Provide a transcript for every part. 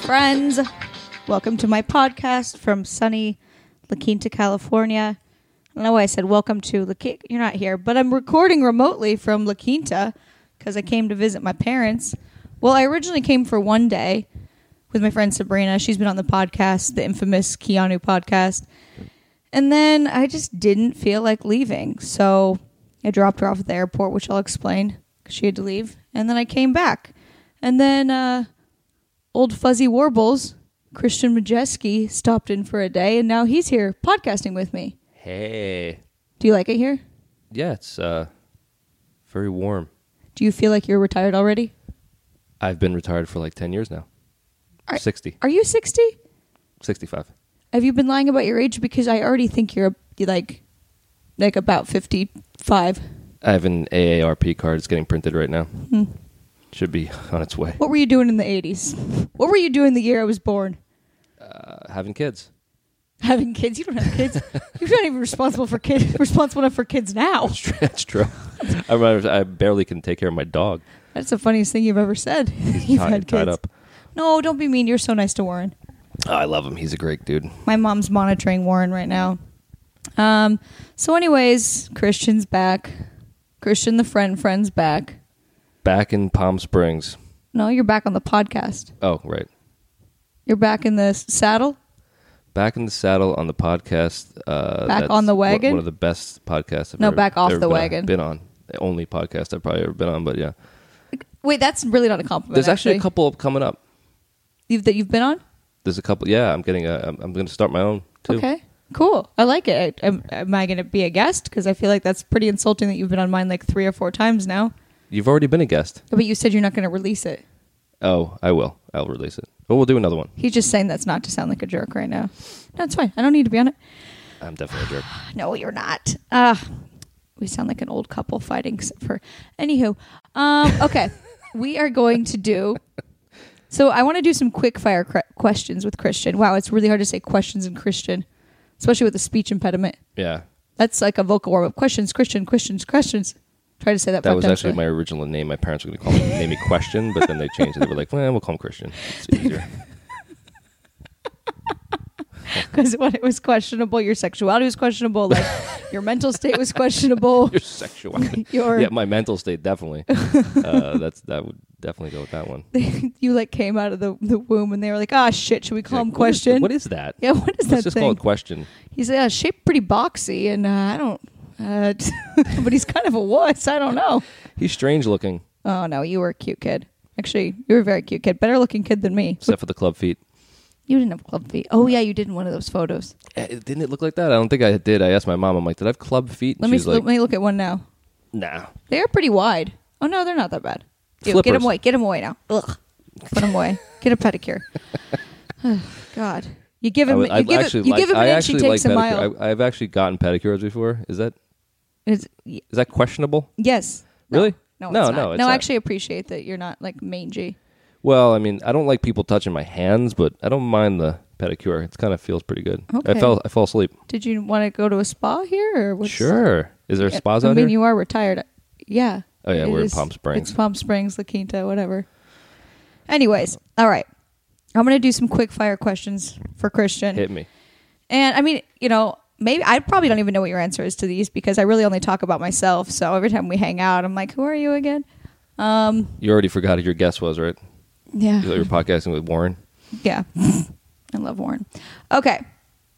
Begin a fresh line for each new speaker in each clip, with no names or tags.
friends. Welcome to my podcast from sunny La Quinta, California. I don't know why I said welcome to La Quinta. You're not here, but I'm recording remotely from La Quinta because I came to visit my parents. Well, I originally came for one day with my friend Sabrina. She's been on the podcast, the infamous Keanu podcast. And then I just didn't feel like leaving. So I dropped her off at the airport, which I'll explain 'cause she had to leave. And then I came back. And then uh, old fuzzy warbles, Christian Majeski, stopped in for a day. And now he's here podcasting with me.
Hey.
Do you like it here?
Yeah, it's uh, very warm.
Do you feel like you're retired already?
I've been retired for like 10 years now.
Are-
60,
Are you 60?
65.
Have you been lying about your age? Because I already think you're you're like like about 55.
I have an AARP card. It's getting printed right now.
Hmm.
Should be on its way.
What were you doing in the 80s? What were you doing the year I was born?
Uh, having kids.
Having kids? You don't have kids. You're not even responsible for kids. Responsible enough for kids now.
That's true. That's true. I, remember I barely can take care of my dog.
That's the funniest thing you've ever said.
He's
you've
tied,
had kids.
tied up.
No, don't be mean. You're so nice to Warren.
Oh, I love him. He's a great dude.
My mom's monitoring Warren right now. Um. So, anyways, Christian's back. Christian, the friend, friend's back.
Back in Palm Springs.
No, you're back on the podcast.
Oh, right.
You're back in the s- saddle.
Back in the saddle on the podcast. Uh,
Back
that's
on the
one-
wagon?
One of the best podcasts. I've
No,
ever-
back off
ever
the
been on-
wagon.
Been on. The only podcast I've probably ever been on, but yeah.
Wait, that's really not a compliment.
There's actually a couple coming up.
you've, that you've been on.
There's a couple. Yeah, I'm getting. A, I'm, I'm going to start my own too.
Okay, cool. I like it. I- Am, am I going to be a guest? Because I feel like that's pretty insulting that you've been on mine like three or four times now.
You've already been a guest.
But you said you're not going to release it.
Oh, I will. I'll release it. But we'll do another one.
He's just saying that's not to sound like a jerk right now. No, it's fine. I don't need to be on it.
I'm definitely a jerk.
No, you're not. Uh, we sound like an old couple fighting except for. Anywho, um, okay, we are going to do. So I want to do some quick fire cre- questions with Christian. Wow, it's really hard to say questions in Christian, especially with a speech impediment.
Yeah,
That's like a vocal warm up. Questions, Christian, questions, questions. Try to say that.
that
five
was
times
actually
fast.
my original name. My parents were going to call me name me Question, but then they changed it. They were like, "Well, we'll call him Christian. It's easier."
because when it was questionable, your sexuality was questionable, like your mental state was questionable.
Your sexuality.
Your
yeah, my mental state definitely. Uh, that's that would definitely go with that one.
you like came out of the, the womb and they were like, ah, shit, should we call him
Like, what is-
question?
What is that?
yeah, what is
Let's
that
just call
thing?
it Question.
he's uh, shaped pretty boxy, and uh, I don't, uh, but he's kind of a wuss. I don't know.
He's strange looking,
Oh no, you were a cute kid. Actually, you were a very cute kid, better looking kid than me.
except for the club feet.
You didn't have club feet. Oh yeah, you did in one of those photos.
Eh, Didn't it look like that? I don't think I did. I asked my mom. I'm like, "Did I have club feet?" And
Let
she
me
was like,
let me look at one now.
"Nah."
They are pretty wide. Oh no, they're not that bad. Ew, get
Flippers.
them away. Get them away now. Ugh. Put them away. Get a pedicure. Ugh, God, you give him.
would-
you give him. You give him an inch. He takes a
pedicure.
mile.
I, I've actually gotten pedicures before. Is that
It's- y-
is that questionable?
yes. No.
Really?
No.
No,
it's
no,
not.
it's
no. I
not.
actually appreciate that you're not like mangy.
Well, I mean, I don't like people touching my hands, but I don't mind the pedicure. It kind of feels pretty good.
Okay.
I fell I fall asleep.
Did you want to go to a spa here? Or what's,
sure. Is there
Yeah,
spas
I
out
mean,
here?
you are retired. Yeah.
Oh, yeah,
It
we're in Palm Springs.
It's Palm Springs, La Quinta, whatever. Anyways, all right. I'm gonna do some quick fire questions for Christian.
Hit me.
And I mean, you know, maybe I probably don't even know what your answer is to these because I really only talk about myself. So every time we hang out, I'm like, "Who are you again?" Um,
You already forgot who your guest was, right? You thought you
yeah,
were podcasting with Warren.
yeah. I love Warren. Okay,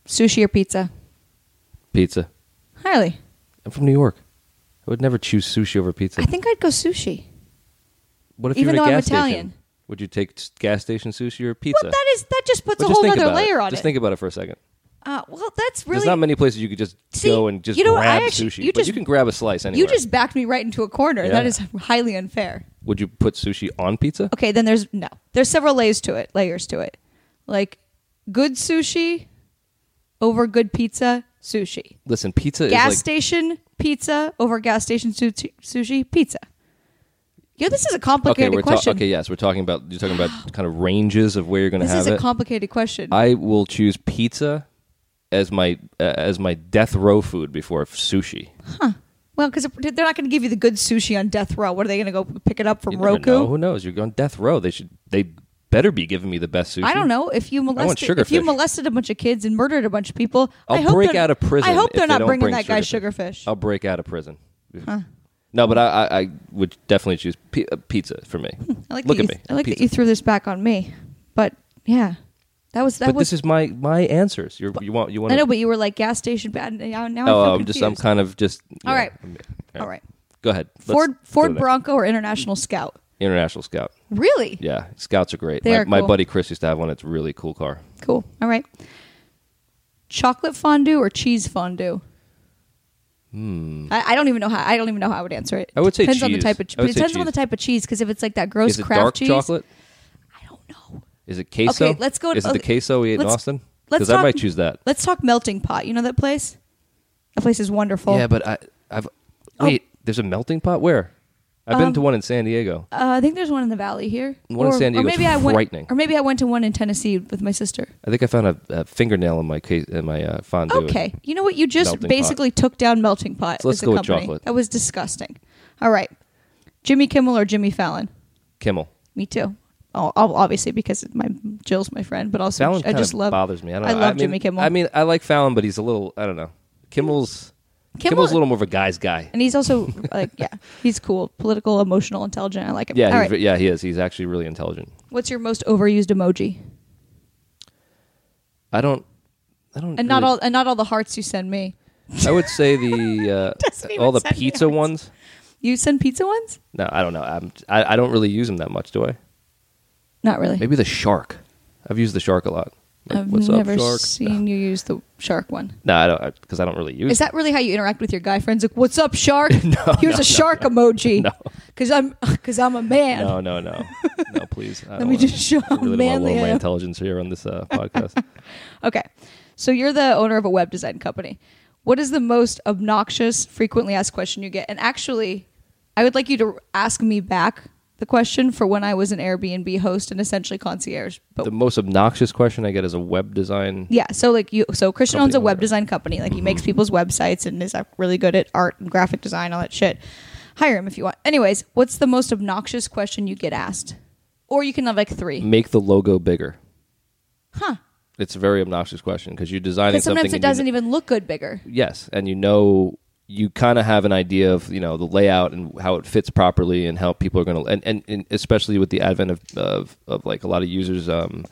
sushi or pizza?
Pizza.
Highly,
I'm from New York. I would never choose sushi over pizza.
I think I'd go sushi.
What if
even
you're
though
at a
I'm
gas
Italian.
station? Would you take s- gas station sushi or pizza?
Well, that is that just puts
But
a
just
whole
think
other
about
layer on
Just
it.
think about it for a second.
uh, well, that's
There's not
really.
many places you could just
See,
go and just
you know what, I
grab
actually-
sushi.
you
but
just-
you can grab a slice anywhere.
You just backed me right into a corner.
Yeah.
That is highly unfair.
Would you put sushi on pizza?
okay then there's no there's several layers to it layers to it like good sushi over good pizza sushi
Listen, pizza
gas
is like
station pizza over gas station su- sushi pizza yeah this is a
okay.
complicated
We're ta-
question
okay. Yes, we're talking about you're talking about kind of ranges of where you're going to
this is
have
a
it.
complicated question
I will choose pizza as my uh, as my death row food before sushi.
well because they're not going to give you the good sushi on death row what are they going to go pick it up from
You never
roku
know. Who knows? You're on death row. They should they better be giving me the best sushi.
I don't know if you molested if you
sugarfish.
molested a bunch of kids and murdered a bunch of people. I
I'll
hope
break
they're-
out of prison
I hope
if
they're
they
not
don't
bringing
bring
that guy
sugarfish.
sugarfish.
I'll break out of prison. No, but I, I, I would definitely choose pi- uh, pizza for me.
I like
Look
that
at
you,
me.
I like
pizza.
that you threw this back on me, but yeah, that was that
but
was.
this is my my answers. You're, you want you want?
I know, but you were like gas station bad. and Now, now I
oh,
feel
I'm just I'm
confused.
kind of just.
All right.
I'm-
All right,
Go ahead. Let's
Ford
go to
Ford
that.
Bronco or International Scout?
International Scout.
Really?
Yeah, Scouts are great.
They
my,
are
my
cool.
buddy Chris used to have one. It's a really cool car.
Cool. All right. Chocolate fondue or cheese fondue? Hmm. I, I don't even know how. I don't even know how I would answer it.
I would say
depends on the
cheese.
type of.
I would
But it
say
depends on
cheese.
the type of cheese because if it's like that gross
is it
craft
dark
cheese,
chocolate?
I don't know.
Is it queso?
Okay, let's go to-
Is it the
okay,
queso we ate in
let's-
Austin?
let's
Because I
talk-
might choose that.
Let's talk melting pot. You know that place? That place is wonderful.
Yeah, but I, I've
Oh. Um,
wait. There's a melting pot where? I've been to one in San Diego.
Uh, I think there's one in the valley here.
One in San Diego's
maybe I
frightening.
Went, or maybe I went to one in Tennessee with my sister.
I think I found a, a fingernail in my case, in my uh, fondue.
Okay, you know what? You just
Melting
basically took down melting pot.
So let's
as a
go with
company.
chocolate.
That was disgusting. All right, Jimmy Kimmel or Jimmy Fallon?
Kimmel.
Me too. Oh, ob- obviously because my Jill's my friend, but also
Fallon
I
kind
just
of
love
bothers me. I don't know.
love
mean,
Jimmy Kimmel.
I mean, I like Fallon, but he's a little. I don't know. Kimmel's
Kimmel-
Kimmel's a little more of a guy's guy.
and he's also like yeah, he's cool, political, emotional, intelligent. I like him.
Yeah,
All
he's,
right.
ve- yeah, he is. He's actually really intelligent.
What's your most overused emoji?
I don't. I don't.
And not
really-
all and not all the hearts you send me.
I would say the
Doesn't
uh,
even
all the
send me
pizza
hearts.
ones.
You send pizza ones?
No, I don't know. I'm, I I don't really use them that much, do I?
Not really.
Maybe the shark. I've used the shark a lot. Like,
I've
what's
never
up, shark?
seen you use the shark one.
No, I don't because I don't really use.
Is that really how you interact with your guy friends? Like, what's up, shark? Here's a shark emoji.
No.
Cause I'm, cause I'm a
it.
man.
No, no, no, no. Please, I
Let me just show uh,
I really don't want to
manly
lower
I
my
am.
intelligence here on this uh, podcast.
Okay, so you're the owner of a web design company. What is the most obnoxious, frequently asked question you get? And actually, I would like you to ask me back the question for when I was an Airbnb host and essentially concierge. But
the most obnoxious question I get is a web design.
Yeah, so like you, so Christian
Company
owns a web
owner. Mm-hmm.
design company. Like he makes people's websites and is uh, really good at art and graphic design, all that shit. Hire him if you want. Anyways, what's the most obnoxious question you get asked? Or you can have like three.
Make the logo bigger.
Huh?
It's a very obnoxious question because you're designing
Because
something.
sometimes it
and you
doesn't even look good bigger.
yes and you know you kind of have an idea of you know the layout and how it fits properly and how people are going to and, and and especially with the advent of, of of like a lot of users um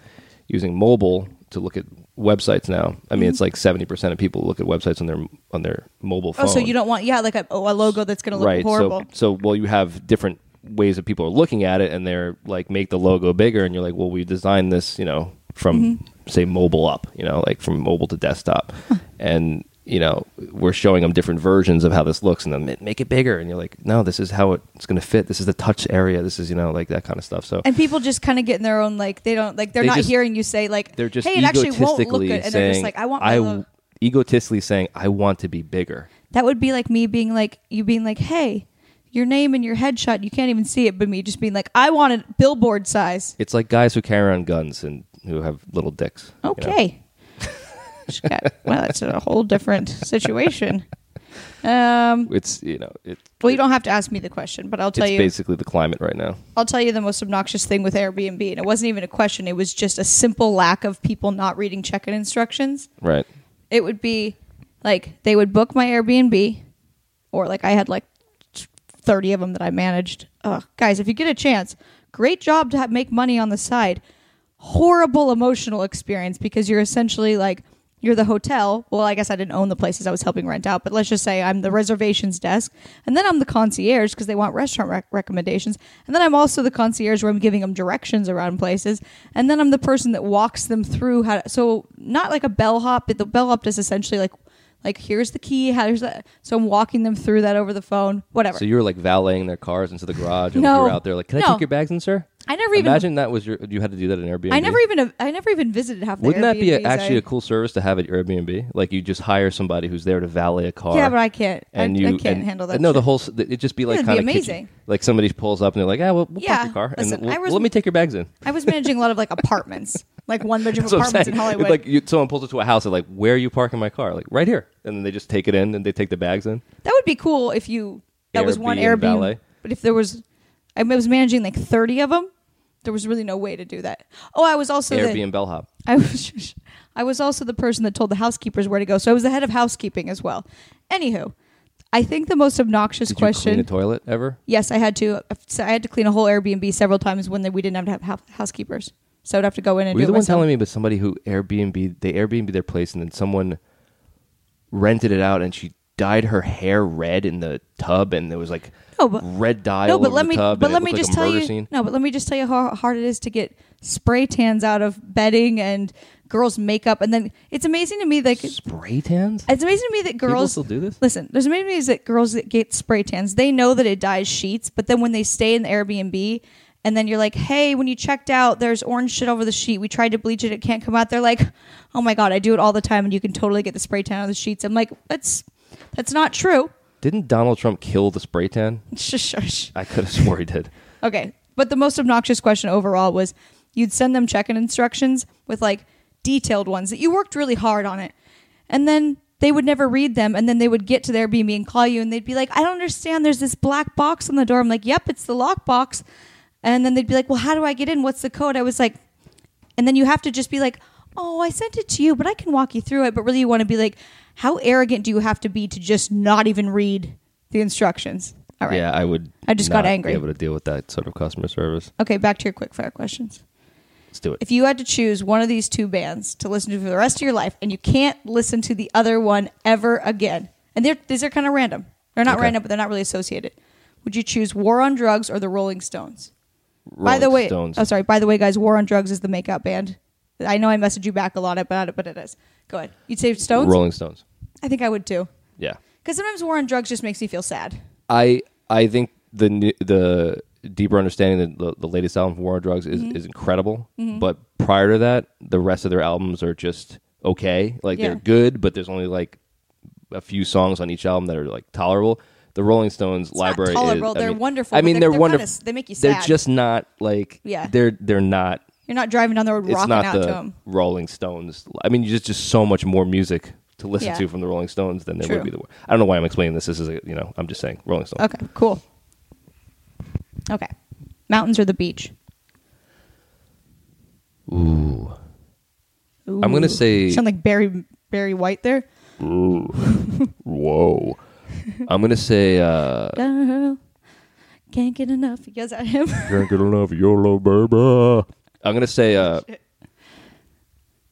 using mobile to look at websites now i
Mm-hmm.
mean it's like 70% of people look at websites on their on their mobile phone
Oh, so you don't want yeah, like a, oh, a logo that's going to look
right
horrible.
so so well you have different ways that people are looking at it and they're like make the logo bigger and you're like well we designed this you know from
Mm-hmm.
say mobile up you know like from mobile to desktop and you know we're showing them different versions of how this looks and then ma- make it bigger and you're like no this is how it- it's going to fit this is the touch area this is you know like that kind of stuff so
and people just kind of get in their own like they don't like they're
They
not
just-
hearing you say like
they're just
hey it actually
egotistically
won't look good and they're just
saying
like I want my
w-
logo.
egotistically saying i want to be bigger
That would be like me being like you being like, "Hey, your name and your headshot, you can't even see it," but me just being like, "I want it billboard size."
it's like guys who carry on guns and who have little dicks you know?
Okay. Just got- well, that's a whole different situation. Um,
it's you know it,
well, you don't have to ask me the question, but I'll tell
it's
you.
basically the climate right now.
I'll tell you the most obnoxious thing with Airbnb, and it wasn't even a question. It was just a simple lack of people not reading check-in instructions.
Right.
it would be like they would book my Airbnb, or like I had like thirty of them that I managed. Ugh, guys, if you get a chance, great job to ha- make money on the side. Horrible emotional experience because you're essentially like you're the hotel. Well, I guess I didn't own the places I was helping rent out, but let's just say I'm the reservations desk, and then I'm the concierge because they want restaurant rec- recommendations, and then I'm also the concierge where I'm giving them directions around places, and then I'm the person that walks them through how. To, so not like a bellhop, but the bellhop is essentially like. Like here's the key. Here's that. So I'm walking them through that over the phone. Whatever.
So you were like valeting their cars into the garage, and
No.
you were out there like, "Can I
No.
take your bags in, sir?"
I never even-
imagine that was your. You had to do that in Airbnb.
I never even I never even visited half the
Wouldn't that be a,
Airbnbs
actually
I-
a cool service to have at your Airbnb? Like you just hire somebody who's there to valet a car.
Yeah, but I can't. I-
And
I
you
can't
and-
handle that
No, the
shit.
whole s- it'd just be like
It'd be
kind of
amazing.
Like somebody pulls up and they're like, "Yeah, well, we'll park
Yeah.
your car
Listen,
and we'll-
I was-
let me take your bags in."
I was managing a lot of like apartments, like one bedroom
That's what I'm
apartments in
saying.
Hollywood.
It's like you, someone pulls up to a house and like, "Where are you parking my car?" Like, "Right here," and then they just take it in and they take the bags in.
that would be cool if you that was one
Airbnb
Airbnb.
valet.
But if there was, I was managing like thirty of them, There was really no way to do that. Oh, I was also the-
Airbnb bellhop.
I was I was also the person that told the housekeepers where to go. So I was the head of housekeeping as well. Anywho, I think the most obnoxious
Did you
question.
clean a toilet ever?
yes, I had to. I had to clean a whole Airbnb several times when we didn't have to have hou- housekeepers. So I'd have to go in and
Were
do
you
it
the one
myself.
telling me about somebody who Airbnb they Airbnb their place and then someone rented it out and she dyed her hair red in the tub and there was like
No, but-
red dye
no,
all
but
over
let
the
me.
tub
But
and
let
it
me
looked
just
like a
tell
murder
you.
scene.
No, but let me just tell you how hard it is to get spray tans out of bedding and girls' makeup, and then it's amazing to me like
Spray tans?
It's amazing to me that
People
girls
still do this?
Listen, there's amazing to me is that girls that get spray tans, they know that it dyes sheets, but then when they stay in the Airbnb, and then you're like, hey, when you checked out, there's orange shit over the sheet. We tried to bleach it, it can't come out. They're like, oh my god, I do it all the time, and you can totally get the spray tan on the sheets. I'm like, that's that's not true.
Didn't Donald Trump kill the spray tan?
Shush, shush.
I could have swore he did.
Okay. But the most obnoxious question overall was you'd send them check in instructions with like detailed ones that you worked really hard on it. And then they would never read them. And then they would get to their BB and call you and they'd be like, I don't understand. There's this black box on the door. I'm like, yep, it's the lock box. And then they'd be like, well, how do I get in? What's the code? I was like, and then you have to just be like, oh, I sent it to you, but I can walk you through it. But really, you want to be like, how arrogant do you have to be to just not even read the instructions? All right.
Yeah, I would.
I just got
not
angry.
Be able to deal with that sort of customer service.
Okay, back to your quick fire questions.
Let's do it.
If you had to choose one of these two bands to listen to for the rest of your life, and you can't listen to the other one ever again, and they're, these are kind of random. They're not
Okay.
random, but they're not really associated. Would you choose War on Drugs or the Rolling Stones? by the
Rolling
way,
Stones.
oh sorry. By the way, guys, War on Drugs is the makeout band. I know I messaged you back a lot about it, but it is. Go ahead. You'd say Stones.
Rolling Stones.
I think I would too,
Yeah,
because sometimes War on Drugs just makes me feel sad.
I I think the new, the deeper understanding that the, the latest album from War on Drugs
Mm-hmm.
is, is incredible. But prior to that, the rest of their albums are just okay. Like
Yeah.
they're good, but there's only like a few songs on each album that are like tolerable. The Rolling Stones library is-
tolerable.
I
They're
mean-
wonderful,
I
but
mean,
they're-
they're,
they're
wonderful.
kinda- they make you
They're
sad.
just not like
Yeah.
They're they're not
You're not driving down the road
it's
rocking
not
out
the
to them.
Rolling Stones. I mean, just just so much more music to listen
Yeah.
to from the Rolling Stones than there
True.
would be the. I don't know why I'm explaining this. This is a you know I'm just saying Rolling Stones.
Okay, cool. Okay, mountains or the beach?
Ooh,
Ooh.
I'm gonna say-
sound like Barry Barry White there.
whoa. I'm gonna say uh,
Girl, can't get enough. You guys at him?
can't get enough of your love, baby. I'm gonna say uh,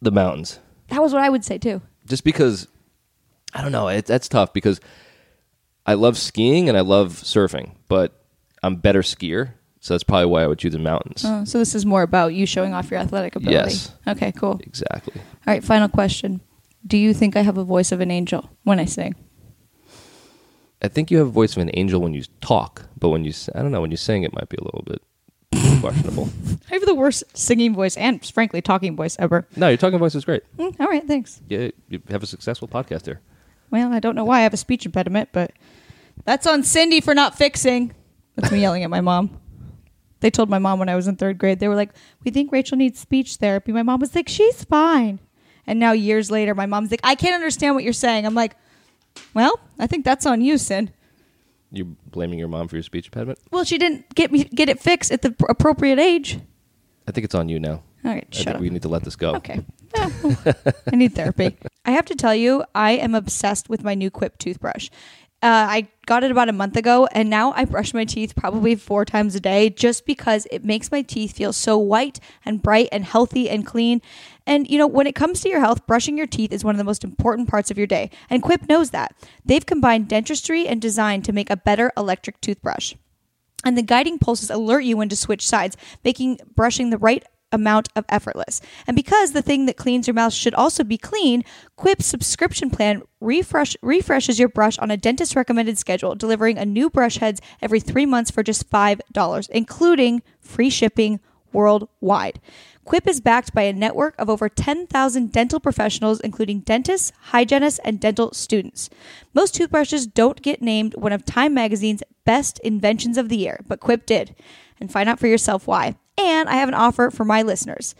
the mountains,
that was what I would say too.
just because I don't know. It, that's tough because I love skiing and I love surfing, but I'm better skier, so that's probably why I would choose the mountains.
Oh, so this is more about you showing off your athletic ability.
Yes.
Okay, cool. All
Exactly.
right, final question. Do you think I have a voice of an angel when I sing?
I think you have a voice of an angel when you talk, but when you, s- I don't know, when you sing, it might be a little bit questionable.
I have the worst singing voice and, frankly, talking voice ever.
No, your talking voice is great.
Mm, all right, thanks.
Yeah, you have a successful podcast there.
Well, I don't know why I have a speech impediment, but that's on Cindy for not fixing. That's me yelling at my mom. They told my mom when I was in third grade, they were like, We think Rachel needs speech therapy. My mom was like, She's fine. And now, years later, my mom's like, I can't understand what you're saying. I'm like, Well, I think that's on you, Sin.
You're blaming your mom for your speech impediment.
Well, she didn't get me get it fixed at the pr- appropriate age.
I think it's on you now.
All right,
I
shut
think
up.
we need to let this go.
Okay. Yeah, well, I need therapy. I have to tell you, I am obsessed with my new Quip toothbrush. Uh, I got it about a month ago, and now I brush my teeth probably four times a day just because it makes my teeth feel so white and bright and healthy and clean. And you know, when it comes to your health, brushing your teeth is one of the most important parts of your day, and Quip knows that. They've combined dentistry and design to make a better electric toothbrush. And the guiding pulses alert you when to switch sides, making brushing the right amount of effortless. And because the thing that cleans your mouth should also be clean, Quip's subscription plan refresh refreshes your brush on a dentist recommended schedule, delivering a new brush heads every 3 months for just $5, including free shipping worldwide. Quip is backed by a network of over 10,000 dental professionals, including dentists, hygienists, and dental students. Most toothbrushes don't get named one of Time Magazine's best inventions of the year, but Quip did. And find out for yourself why. And I have an offer for my listeners.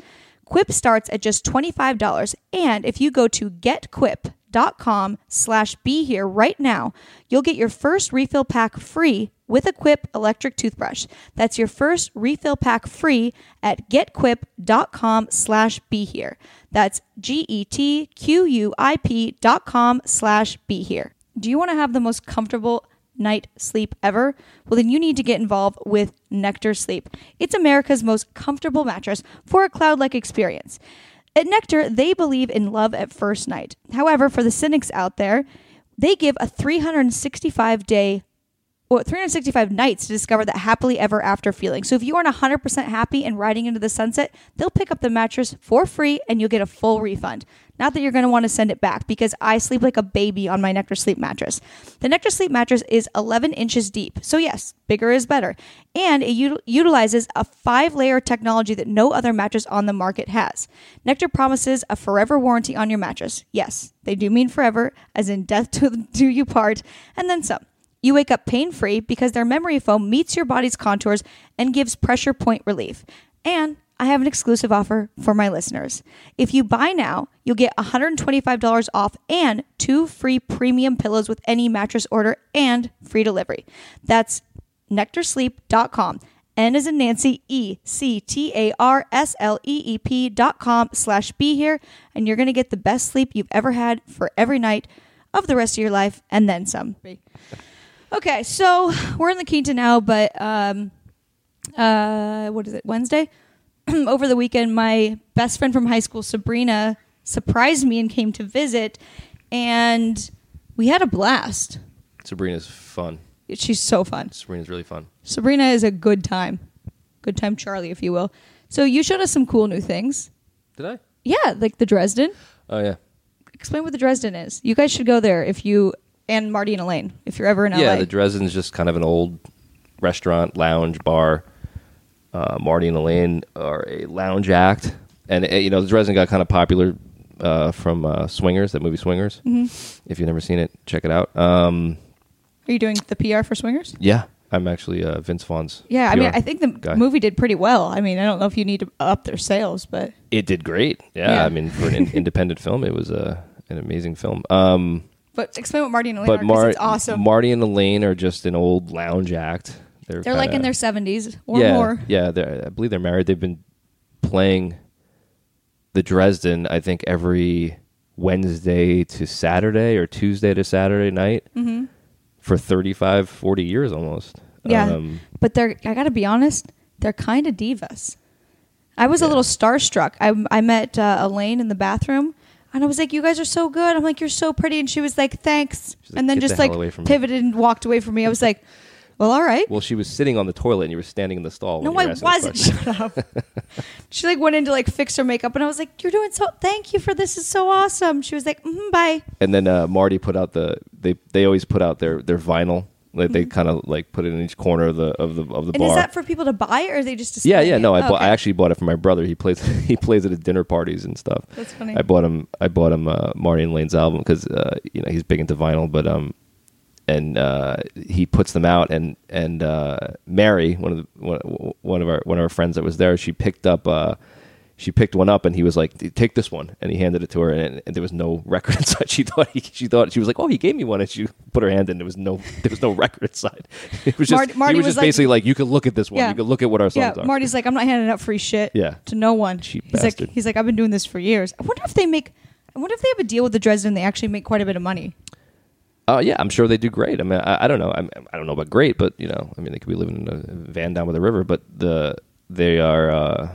Quip starts at just $25, and if you go to getquip.com slash be here right now, you'll get your first refill pack free with a Quip electric toothbrush. That's your first refill pack free at getquip.com slash be here. That's E G-E-T-Q-U-I-P dot com slash be here. Do you want to have the most comfortable night sleep ever? Well, then you need to get involved with Nectar Sleep. It's America's most comfortable mattress for a cloud like experience. At Nectar, they believe in love at first night. However, for the cynics out there, they give a 365 day well, 365 nights to discover that happily ever after feeling. So if you aren't 100% happy and riding into the sunset, they'll pick up the mattress for free and you'll get a full refund. Not that you're going to want to send it back because I sleep like a baby on my Nectar Sleep mattress. The Nectar Sleep mattress is 11 inches deep. So yes, bigger is better. And it util- utilizes a five-layer technology that no other mattress on the market has. Nectar promises a forever warranty on your mattress. Yes, they do mean forever as in death to do you part and then some. You wake up pain free because their memory foam meets your body's contours and gives pressure point relief. And I have an exclusive offer for my listeners. If you buy now, you'll get $125 off and two free premium pillows with any mattress order and free delivery. That's nectarsleep.com. N is in Nancy, E C T A R S L E E P dot com slash be here, and you're going to get the best sleep you've ever had for every night of the rest of your life and then some. Okay, so we're in La Quinta now, but um, uh, what is it? Wednesday over the weekend, my best friend from high school, Sabrina, surprised me and came to visit, and we had a blast.
Sabrina's fun.
She's so fun.
Sabrina's really fun.
Sabrina is a good time, good time Charlie, if you will. So you showed us some cool new things.
Did I?
Yeah, like the Dresden.
Oh yeah.
Explain what the Dresden is. You guys should go there if you and Marty and Elaine if you're ever in LA.
Yeah, the Dresden's just kind of an old restaurant, lounge, bar. Uh, Marty and Elaine are a lounge act, and uh, you know the Dresden got kind of popular uh, from uh, Swingers, that movie Swingers.
Mm-hmm.
If you've never seen it, check it out. Um,
Are you doing the PR for Swingers?
yeah, I'm actually uh, Vince Vaughn's.
Yeah, I
PR
mean, I think the
guy.
movie did pretty well. I mean, I don't know if you need to up their sales, but
it did great. Yeah,
Yeah.
I mean for an in- independent film, it was a an amazing film. Um,
but explain what Marty and Elaine are
but
'cause
Mar-
it's awesome.
Marty and Elaine are just an old lounge act. They're,
they're like
kinda-
in their seventies or
yeah,
more.
Yeah, they're- I believe they're married. They've been playing the Dresden, I think, every Wednesday to Saturday or Tuesday to Saturday night
Mm-hmm.
for 35, 40 years almost.
Yeah,
Um,
but they're. I gotta be honest, they're kind of divas. I was a little starstruck. I I met uh, Elaine in the bathroom, and I was like, "You guys are so good." I'm like, "You're so pretty," and she was like, "Thanks,"
She's like,
and then
"Get
just
the hell
like
away from me."
pivoted and walked away from me. I was like, "Well, all right."
well, she was sitting on the toilet and you were standing in the stall.
No,
when you
I
were asking
wasn't.
the question.
Shut up. she like went in to like fix her makeup, and I was like, "You're doing so. Thank you for this. Is so awesome." She was like, mm, "Bye."
And then uh, Marty put out the they they always put out their their vinyl. Like they kind of like put it in each corner of the of the of the
Mm-hmm. And
bar.
is that for people to buy, or are they just
Yeah,
displaying
yeah.
it?
No, I,
Oh,
bought, I
okay.
actually bought it for my brother. He plays he plays it at dinner parties and stuff.
That's funny.
I bought him I bought him uh, Marty and Lane's album because uh, you know he's big into vinyl, but um, and uh, he puts them out and and uh, Mary one of the, one, one of our one of our friends that was there she picked up uh, she picked one up and he was like take this one and he handed it to her and, and there was no record inside she thought he, she thought she was like oh he gave me one and she put her hand in there was no there was no record inside it was just
Marty-
he
Marty
was,
was
just
like-
basically like you could look at this one
Yeah.
you could look at what our songs
Yeah,
are
Marty's like, I'm not handing out free shit.
Yeah.
to no one.
Cheap
he's
bastard.
like, he's like, I've been doing this for years. I wonder if they make. I wonder if they have a deal with the Dresden. They actually make quite a bit of money.
Uh, yeah, I'm sure they do great. I mean, I, I don't know. I, I don't know about great, but you know, I mean, they could be living in a van down by the river. But the they are uh,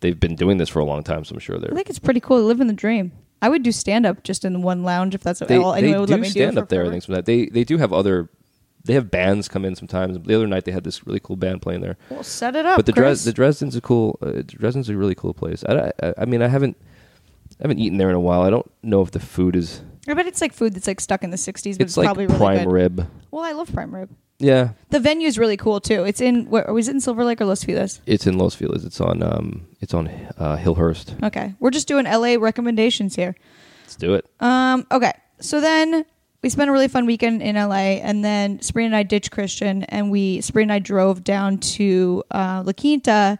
they've been doing this for a long time, so I'm sure
I
they're
think it's pretty cool. Living the dream. I would do stand up just in one lounge if that's what
they,
all anyone
they
would let
do
me
stand
do
up there. I think sometimes they they do have other they have bands come in sometimes. The other night they had this really cool band playing there.
Well, set it up.
but the
Chris.
Dres- the Dresden's a cool uh, Dresden's a really cool place. I, I I mean, I haven't I haven't eaten there in a while. I don't know if the food is
I bet it's like food that's like stuck in the 60s, but
it's,
it's,
like
probably really
prime
good.
rib.
Well, I love prime rib.
Yeah,
The venue's really cool too. It's in where was it in Silver Lake or Los Feliz?
it's in Los Feliz. It's on um it's on uh, Hillhurst.
Okay, we're just doing LA recommendations here.
Let's do it.
Um, okay, so then we spent a really fun weekend in LA, and then Sabrina and I ditched Christian, and we Sabrina and I drove down to uh, La Quinta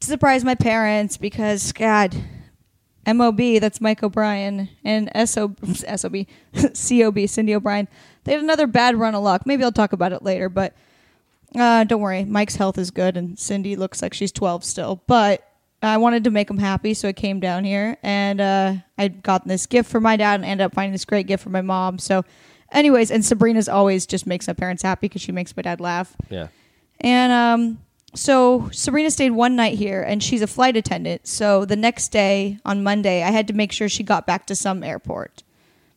to surprise my parents because God, MOB that's Mike O'Brien and SOB SOB COB Cindy O'Brien they had another bad run of luck. Maybe I'll talk about it later, but Uh, don't worry, Mike's health is good, and Cindy looks like she's 12 still. But I wanted to make him happy, so I came down here and uh, I got this gift for my dad and ended up finding this great gift for my mom. So, anyways, and Sabrina's always just makes my parents happy because she makes my dad laugh.
Yeah.
And um, so Sabrina stayed one night here, and she's a flight attendant. So the next day on Monday, I had to make sure she got back to some airport.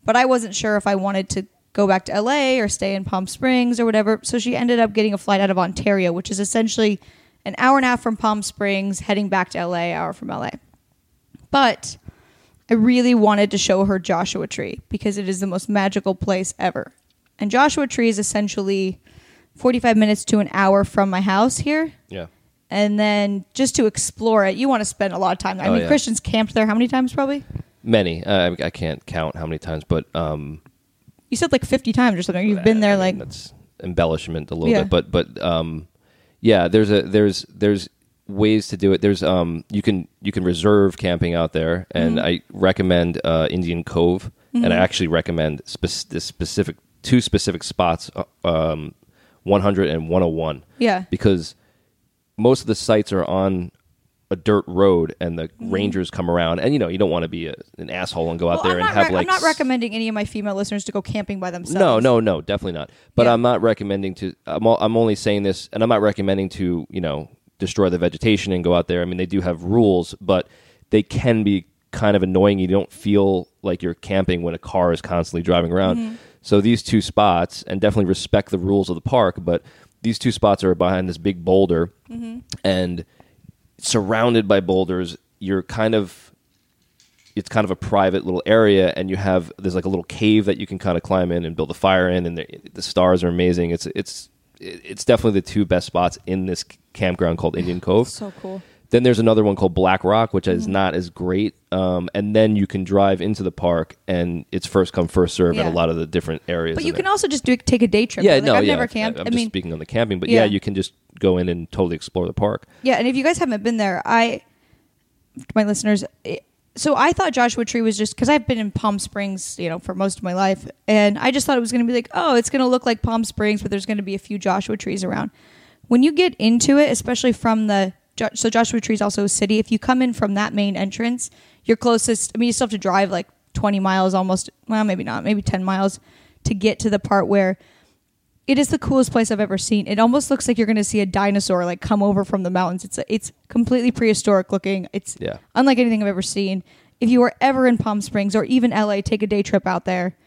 But I wasn't sure if I wanted to go back to LA or stay in Palm Springs or whatever. So she ended up getting a flight out of Ontario, which is essentially an hour and a half from Palm Springs, heading back to LA, hour from LA. But I really wanted to show her Joshua Tree because it is the most magical place ever. And Joshua Tree is essentially 45 minutes to an hour from my house here.
Yeah.
And then just to explore it, you want to spend a lot of time there. I
Oh,
mean,
yeah.
Christians camped there how many times probably?
Many. Uh, I I can't count how many times, but um,
You said like 50 times or something. You've been
I
there
mean,
like
that's embellishment a little
Yeah.
bit, but but um, yeah, there's a there's there's ways to do it. There's um, you can you can reserve camping out there, and
Mm-hmm.
I recommend uh, Indian Cove, and I actually recommend spec- this specific two specific spots, uh, um, 100 and 101.
Yeah.
because most of the sites are on a dirt road and the rangers come around and you know you don't want to be a, an asshole and go out
Mm-hmm. Well,
there
I'm not
and
rec-
have
I'm
like
not
s-
recommending any of my female listeners to go camping by themselves.
no, no, no, definitely not. But
Yeah.
I'm not recommending to. I'm, all, I'm only saying this, and I'm not recommending to you know destroy the vegetation and go out there. I mean, they do have rules, but they can be kind of annoying. You don't feel like you're camping when a car is constantly driving around.
Mm-hmm.
So these two spots, and definitely respect the rules of the park, but these two spots are behind this big boulder,
Mm-hmm.
and surrounded by boulders. You're kind of it's kind of a private little area and you have there's like a little cave that you can kind of climb in and build a fire in and the, the stars are amazing it's it's it's definitely the two best spots in this campground called indian cove
So Mm-hmm. cool.
then there's another one called black rock which is not as great um, and then you can drive into the park and it's first come first serve at
Yeah.
a lot of the different areas
But
in
you can
there.
also just do take a day trip.
yeah
Like,
no
I've
yeah
never camped.
I,
I,
am just
mean,
speaking on the camping but yeah.
Yeah.
you can just go in and totally explore the park
yeah. And if you guys haven't been there, I, to my listeners, it, so I thought Joshua Tree was just because I've been in Palm Springs, you know, for most of my life, and I just thought it was going to be like, oh, it's going to look like Palm Springs, but there's going to be a few Joshua trees around. When you get into it, especially from the Jo- so Joshua Tree is also a city. If you come in from that main entrance, your closest. I mean, you still have to drive like 20 miles, almost. Well, maybe not, maybe 10 miles to get to the part where it is the coolest place I've ever seen. It almost looks like you're going to see a dinosaur like come over from the mountains. It's it's completely prehistoric looking. It's
Yeah.
unlike anything I've ever seen. If you are ever in Palm Springs or even LA, take a day trip out there.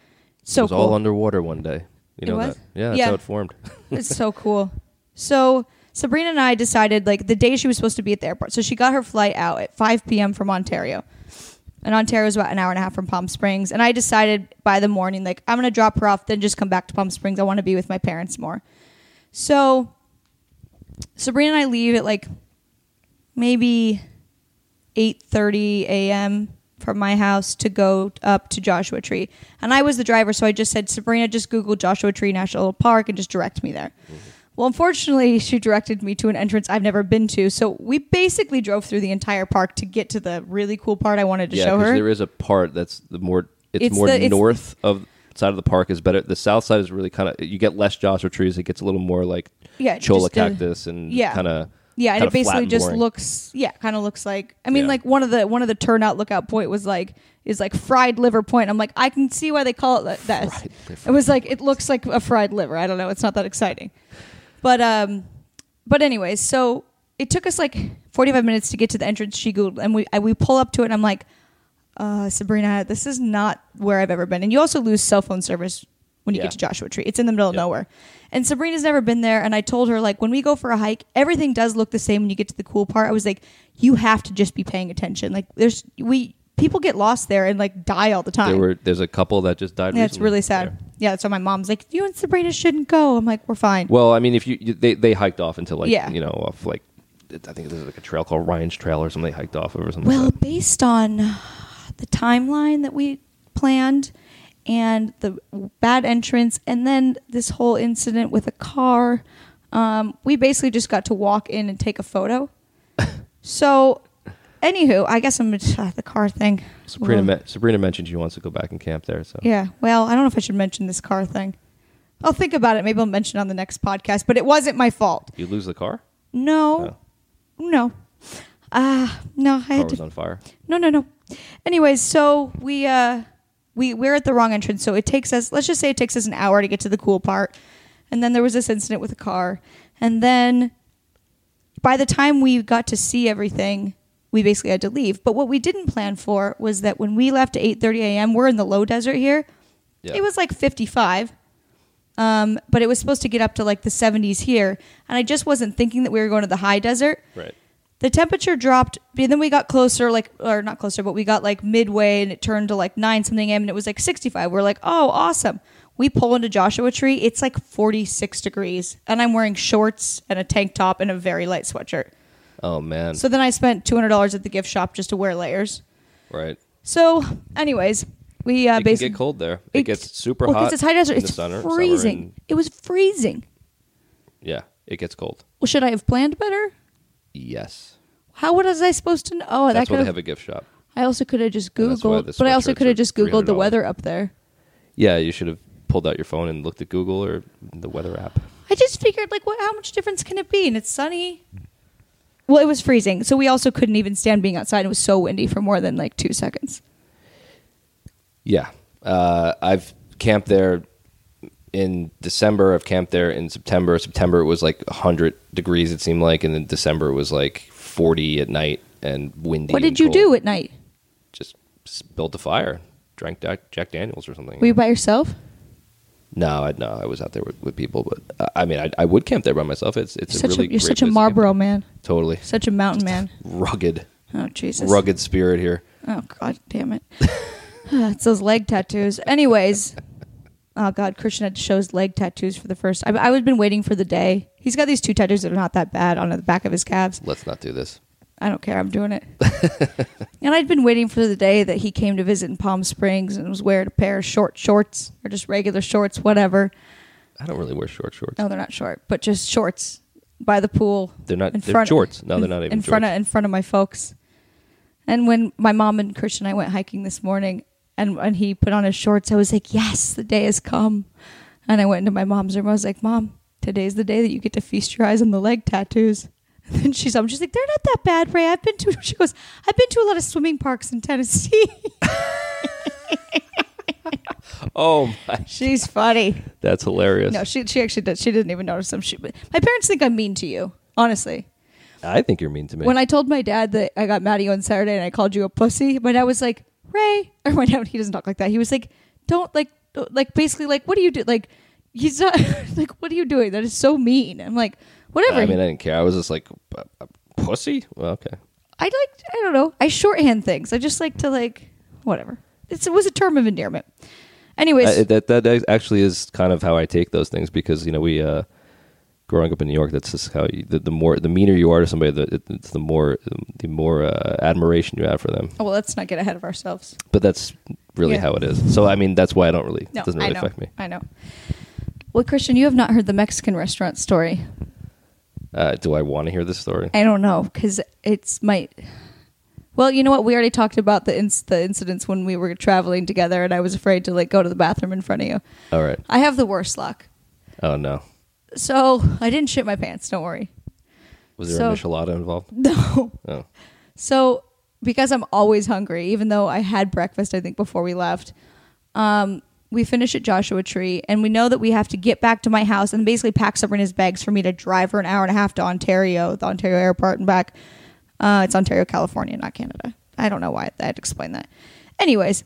So
it was
Oh, cool.
all underwater one day
It
you know
was?
that yeah that's
Yeah.
how it formed
it's so cool. So Sabrina and I decided like the day she was supposed to be at the airport. So she got her flight out at 5 p.m. from Ontario. And Ontario is about an hour and a half from Palm Springs. And I decided by the morning, like, I'm going to drop her off, then just come back to Palm Springs. I want to be with my parents more. So Sabrina and I leave at like maybe 8:30 a.m. from my house to go up to Joshua Tree. And I was the driver, so I just said, "Sabrina, just Google Joshua Tree National Park and just direct me there."
Mm-hmm.
Well, unfortunately, she directed me to an entrance I've never been to. So we basically drove through the entire park to get to the really cool part I wanted to
Yeah,
show
'cause
her.
there is a part that's the more it's,
It's
more
the- it's-
north of side of the park is better. The south side is really kind of you get less Joshua trees. It gets a little more like
Yeah,
chola
just, uh,
cactus and
yeah.
kind of
Yeah, and it basically just looks yeah, kind of looks like I mean
Yeah.
like one of the one of the turnout lookout point was like is like fried liver point. I'm like I can see why they call it that. that.
Fried liver.
It was like it looks like a fried liver. I don't know, it's not that exciting. But um but anyways, so it took us like 45 minutes to get to the entrance she googled and we I, we pull up to it and I'm like uh Sabrina, this is not where I've ever been. And you also lose cell phone service when you
Yeah.
get to Joshua Tree. It's in the middle of
Yeah.
nowhere. And Sabrina's never been there. And I told her, like, when we go for a hike, everything does look the same when you get to the cool part. I was like, you have to just be paying attention. Like, there's, we, people get lost there and like die all the time.
There were there's a couple that just died.
yeah, it's
recently
really sad.
there.
Yeah. So my mom's like, you and Sabrina shouldn't go. I'm like, we're fine.
Well, I mean, if you, you they they hiked off into like
Yeah.
you know off like I think there's like a trail called Ryan's Trail or something. They hiked off over something.
Well,
like that.
based on the timeline that we planned and the bad entrance, and then this whole incident with a car, um, we basically just got to walk in and take a photo. so, anywho, I guess I'm uh, the car thing.
Sabrina
Well,
me- Sabrina mentioned she wants to go back and camp there. So
yeah. Well, I don't know if I should mention this car thing. I'll think about it. Maybe I'll mention it on the next podcast. But it wasn't my fault.
You lose the car.
No, no, ah, no. I
Car
had
was
to.
on fire.
No, no, no. Anyways, so we uh we we're at the wrong entrance, so it takes us let's just say it takes us an hour to get to the cool part. And then there was this incident with a car. And then by the time we got to see everything, we basically had to leave. But what we didn't plan for was that when we left at 8:30 a.m., we're in the low desert here.
Yeah.
It was like 55. Um, but it was supposed to get up to like the 70s here, and I just wasn't thinking that we were going to the high desert
right.
the temperature dropped and then we got closer like or not closer but we got like midway and it turned to like 9 something am and it was like 65 we're like oh awesome we pull into joshua tree it's like 46 degrees and i'm wearing shorts and a tank top and a very light sweatshirt
Oh man.
so then i spent $200 at the gift shop just to wear layers
right.
so anyways we uh,
It can
basically
get cold there. It, gets super
well, 'cause
hot.
it's high desert
in the
it's
summer- summer
freezing
and-
it was freezing
yeah, it gets cold.
well should i have planned better
Yes.
how was i supposed to know oh that
That's
could
why they
have
have a gift shop.
I also could have just
And that's why
Googled,
the
but I also
sweatshirts
could
are
have just Googled the
$300.
weather up there.
Yeah, you should have pulled out your phone and looked at Google or the weather app.
I just figured, like, what? How much difference can it be? And it's sunny. Well, it was freezing, so we also couldn't even stand being outside. It was so windy for more than like two seconds.
Yeah. Uh, I've camped there in December. I've camped there in September. September it was like 100 degrees, it seemed like. And then December it was like 40 at night and windy.
what
and
did you
cold.
do at night?
Just s- built a fire, drank Jack Jack Daniels or something.
Were you by yourself?
no, I, no, I was out there with, with people. But uh, I mean, I, I would camp there by myself. It's, it's
You're
a
such
really
a, you're
great
such a
place to camp.
Marlboro man,
Totally.
such a mountain man.
Rugged,
Oh Jesus!
rugged spirit here.
Oh God, damn it! it's those leg tattoos. Anyways, oh God, Christian had to show his leg tattoos for the first. I, I would been waiting for the day. He's got these two tattoos that are not that bad on the back of his calves.
Let's not do this.
I don't care. I'm doing it. and I'd been waiting for the day that he came to visit in Palm Springs and was wearing a pair of short shorts or just regular shorts, whatever.
I don't really wear short shorts.
No, they're not short, but just shorts by the pool.
They're not-
in
they're
front-
jorts. No, they're
in-
not even
in front
jorts.
of in front of my folks. And when my mom and Christian and I went hiking this morning, and and he put on his shorts, I was like, "Yes, the day has come." And I went into my mom's room. I was like, "Mom, today's the day that you get to feast your eyes on the leg tattoos." And then she's up. She's like, "They're not that bad, Ray. I've been to." She goes, "I've been to a lot of swimming parks in Tennessee."
Oh, my.
she's funny.
That's hilarious.
No, she she actually did. She didn't even notice them. She, but my parents think I'm mean to you, honestly.
I think you're mean to me.
When I told my dad that I got mad at you on Saturday and I called you a pussy, my dad was like, "Ray," or my dad he doesn't talk like that. He was like, "Don't like don't- like basically like what do you do like." He's not like, what are you doing? That is so mean. I'm like, whatever.
I mean, I didn't care. I was just like, "A- a pussy? Well, okay.
I like I don't know. I shorthand things. I just like to like whatever. It's, it was a term of endearment. Anyways,
I, that, that ac- actually is kind of how I take those things because, you know, we, uh, growing up in New York, that's just how you, the, the more, the meaner you are to somebody, the, it- it's the more, the more uh, admiration you have for them.
oh well, let's not get ahead of ourselves.
But that's really
Yeah.
how it is. So, I mean, that's why I don't really,
No,
it doesn't
I
really
know.
affect me.
I know. Well, Christian, you have not heard the Mexican restaurant story.
Uh, do I want to hear this story?
I don't know because it's might. Well, you know what? We already talked about the inc- the incidents when we were traveling together, and I was afraid to like go to the bathroom in front of you.
All right.
I have the worst luck,
Oh, no.
so I didn't shit my pants. Don't worry.
Was there a
So-
Michelada involved?
No.
Oh.
So because I'm always hungry, even though I had breakfast, I think before we left, um, we finish at Joshua Tree, and we know that we have to get back to my house. And basically, packs up in his bags for me to drive her an hour and a half to Ontario, the Ontario airport, and back. Uh, it's Ontario, California, not Canada. I don't know why I had to explain that. Anyways,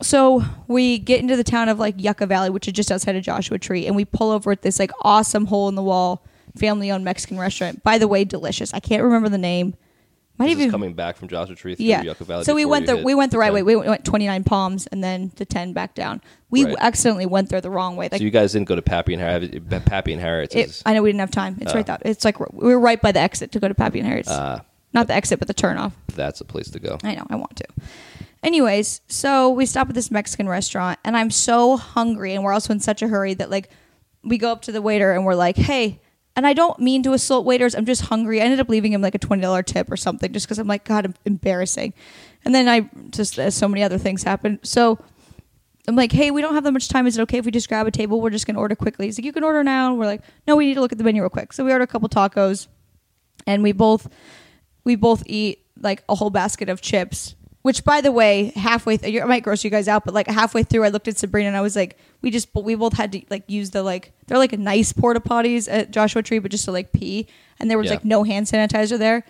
so we get into the town of like Yucca Valley, which is just outside of Joshua Tree, and we pull over at this like awesome hole in the wall family owned Mexican restaurant. By the way, delicious. I can't remember the name. Might
This is
even
coming back from Joshua Tree through
yeah.
Yucca Valley.
so we
before
went
you
the
hit
we went the right
ten.
way. We went 29 Palms and then to 10 back down. We
Right.
accidentally went there the wrong way. Like
so you guys didn't go to Pappy and Harriet's. Pappy and Harriet's
it-
is
I know we didn't have time. It's
Oh.
right that it's like we were right by the exit to go to Pappy and Harriet's.
Uh,
Not the exit, but the turnoff.
that's a place to go.
I know I want to. Anyways, so we stop at this Mexican restaurant, and I'm so hungry, and we're also in such a hurry that like we go up to the waiter and we're like, "Hey," and I don't mean to assault waiters. I'm just hungry. I ended up leaving him like a twenty dollar tip or something, just because I'm like, God, embarrassing. And then I just uh, so many other things happened. So I'm like, hey, we don't have that much time. Is it okay if we just grab a table? We're just gonna order quickly. He's like, you can order now. And we're like, no, we need to look at the menu real quick. So we order a couple tacos, and we both we both eat like a whole basket of chips. Which, by the way, halfway th- I might gross you guys out, but like halfway through, I looked at Sabrina and I was like, we just we both had to like use the like they're like nice porta potties at Joshua Tree, but just to like pee, and there was
Yeah.
like no hand sanitizer there.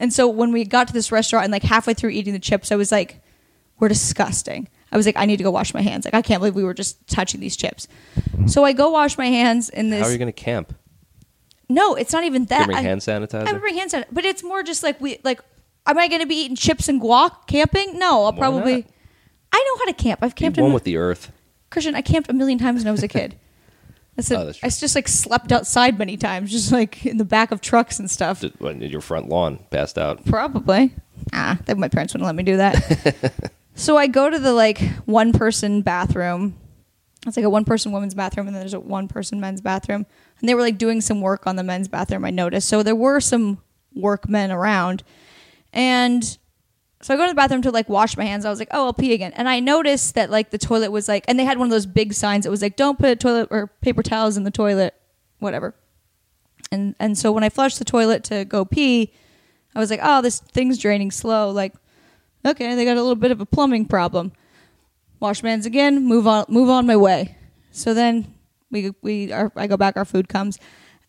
And so when we got to this restaurant and like halfway through eating the chips, I was like, we're disgusting. I was like, I need to go wash my hands. Like, I can't believe we were just touching these chips. So I go wash my hands in this.
How are you going to camp?
no, it's not even
You
that.
bring
I-
hand sanitizer.
I would bring hand sanitizer, but it's more just like we like. Am I going to be eating chips and guac camping? No, I'll
Why
probably.
not?
I know how to camp. I've
Be
camped
one
in
with the earth.
Christian. I camped a million times when I was a kid. That's it.
Oh, that's true.
I just like slept outside many times, just like in the back of trucks and stuff.
Just on Your front lawn passed out.
Probably. Ah, that my parents wouldn't let me do that. so I go to the like one person bathroom. It's like a one person women's bathroom and then there's a one person men's bathroom. And they were like doing some work on the men's bathroom, I noticed. So there were some workmen around. And so I go to the bathroom to like wash my hands. I was like, oh, I'll pee again. And I noticed that like the toilet was like, and they had one of those big signs that was like, don't put toilet or paper towels in the toilet, whatever and and so when I flushed the toilet to go pee, I was like, "Oh, this thing's draining slow." Like, okay, they got a little bit of a plumbing problem. Wash my hands again. Move on. Move on my way. So then we we our, I go back. Our food comes,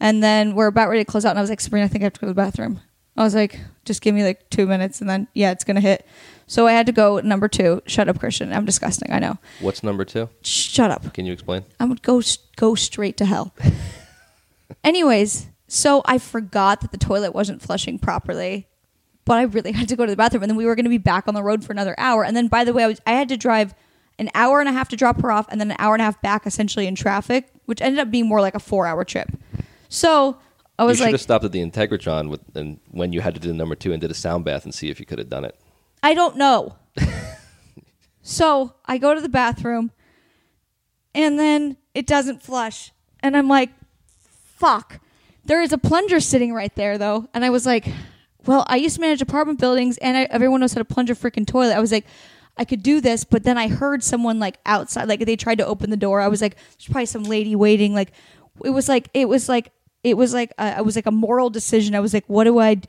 and then we're about ready to close out. And I was like, "Sabrina, I think I have to go to the bathroom." I was like, "Just give me like two minutes, and then yeah, it's gonna hit." So I had to go at number two. Shut up, Christian. I'm disgusting. I know.
What's number two?
Shut up.
Can you explain?
I would go go straight to hell. Anyways, so I forgot that the toilet wasn't flushing properly, but I really had to go to the bathroom, and then we were going to be back on the road for another hour. And then, by the way, I, was, I had to drive an hour and a half to drop her off, and then an hour and a half back, essentially in traffic, which ended up being more like a four-hour trip. So I
You
was
should
like,
have stopped at the Integratron with, and when you had to do number two and did a sound bath and see if you could have done it.
I don't know. so I go to the bathroom and then it doesn't flush. And I'm like, fuck. There is a plunger sitting right there though. And I was like, well, I used to manage apartment buildings and I, everyone knows how to plunge a freaking toilet. I was like, I could do this, but then I heard someone like outside, like they tried to open the door. I was like, there's probably some lady waiting. Like, it was like, it was like, it was like, uh, it was like a moral decision. I was like, what do I, d-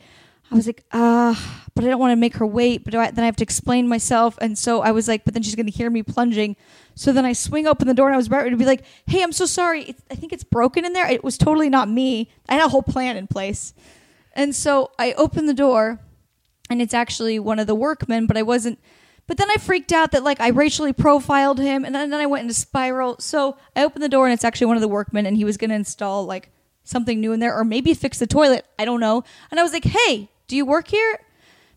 I was like, ah, but I don't want to make her wait. But do I, then I have to explain myself. And so I was like, but then she's going to hear me plunging. So then I swing open the door and I was about to be like, hey, I'm so sorry. It's, I think it's broken in there. It was totally not me. I had a whole plan in place. And so I opened the door and it's actually one of the workmen, but I wasn't. But then I freaked out that like I racially profiled him and then, then I went into spiral. So I opened the door and it's actually one of the workmen and he was going to install like something new in there or maybe fix the toilet. I don't know. And I was like, hey, do you work here?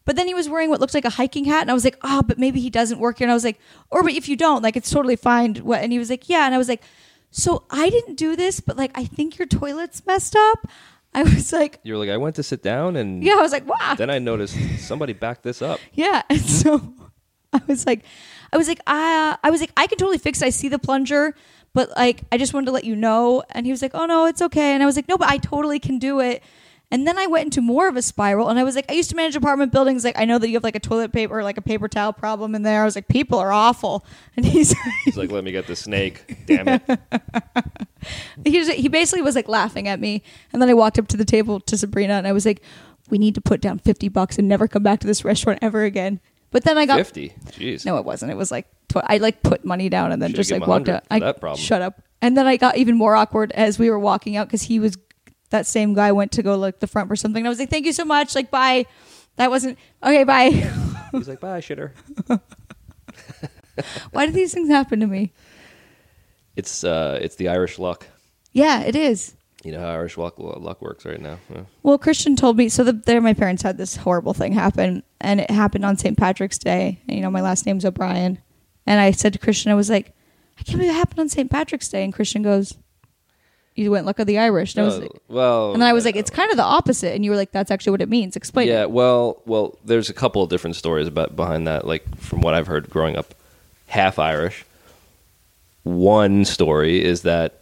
But then he was wearing what looked like a hiking hat, and I was like, "Ah, but maybe he doesn't work here." And I was like, "Or but if you don't, like, it's totally fine." What? And he was like, "Yeah." And I was like, "So I didn't do this, but like, I think your toilet's messed up." I was like,
You were like, I went to sit down and
"Yeah." I was like, "Wow."
then I noticed somebody backed this up.
Yeah. And so I was like, I was like, I, I was like, I can totally fix it. I see the plunger, but like, I just wanted to let you know. And he was like, oh no, it's okay. And I was like, no, but I totally can do it. And then I went into more of a spiral and I was like, I used to manage apartment buildings. Like, I know that you have like a toilet paper or like a paper towel problem in there. I was like, people are awful. And he's
He's like, let me get the snake. Damn it.
he, was, he basically was like laughing at me. And then I walked up to the table to Sabrina and I was like, we need to put down 50 bucks and never come back to this restaurant ever again. But then I got
50. Jeez.
No, it wasn't. It was like tw- I like put money down and then
Should've
just
given
like
him a
walked
hundred
out.
for
I
that problem.
shut up. And then I got even more awkward as we were walking out because he was that same guy went to go look the front for something. And I was like, "Thank you so much. Like, bye." That wasn't okay. Bye.
He's like, bye, shitter.
Why do these things happen to me?
It's, uh, it's the Irish luck.
Yeah, it is.
You know how Irish luck, luck works right now. Yeah.
Well, Christian told me so. The, there, my parents had this horrible thing happen, and it happened on St. Patrick's Day. And, you know, my last name's O'Brien, and I said to Christian, I was like, "I can't believe it happened on St. Patrick's Day." And Christian goes, "You went look at the Irish." And I was
Uh,
like,
well,
And then I was like,
uh,
it's kind of the opposite. And you were like, that's actually what it means. Explain
yeah.
it.
Well, well, there's a couple of different stories about behind that. Like from what I've heard growing up, half Irish. One story is that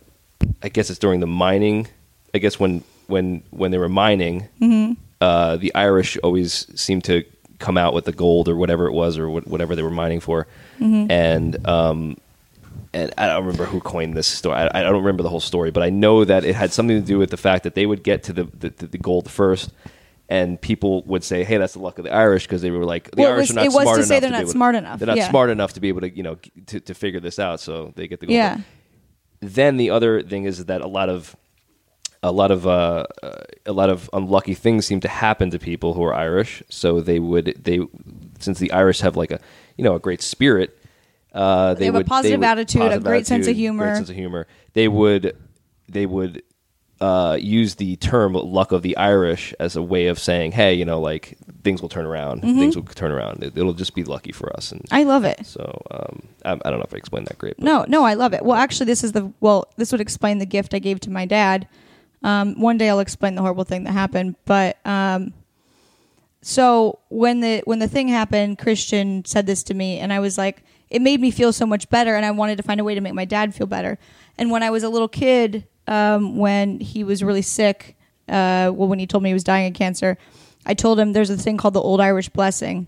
I guess it's during the mining. I guess when when when they were mining,
Mm-hmm.
uh, the Irish always seemed to
Mm-hmm.
come out with the gold or whatever it was or wh- whatever they were mining for, and um, and I don't remember who coined this story. I, I don't remember the whole story, but I know that it had something to do with the fact that they would get to the the, the, the gold first, and people would say, "Hey, that's the luck of the Irish," because they were like, "The
Well, it was-
Irish are not
it was
smart
to
enough
say they're
be
not
able to-
smart enough.
They're not
Yeah.
smart enough to be able to you know g- to, to figure this out." So they get the gold.
Yeah.
first. Then the other thing is that a lot of a lot of uh, uh, a lot of unlucky things seem to happen to people who are Irish. So they would they since the Irish have like a you know a great spirit. Uh, they,
have a
would,
positive
would-
attitude, a great sense of
attitude,
humor.
Great sense of humor. They would they would uh, use the term "luck of the Irish" as a way of saying, "Hey, you know, like things will turn around.
Mm-hmm.
Things will turn around. It, will just be lucky for us." And
I love it.
so um, I, I don't know if I explained that great. but-
No, no, I love it. Well, actually, this is the well. This would explain the gift I gave to my dad. Um, one day I'll explain the horrible thing that happened. But um, so when the when the thing happened, Christian said this to me, and I was like, it made me feel so much better, and I wanted to find a way to make my dad feel better. And when I was a little kid, um, when he was really sick, uh, well, when he told me he was dying of cancer, I told him there's a thing called the Old Irish Blessing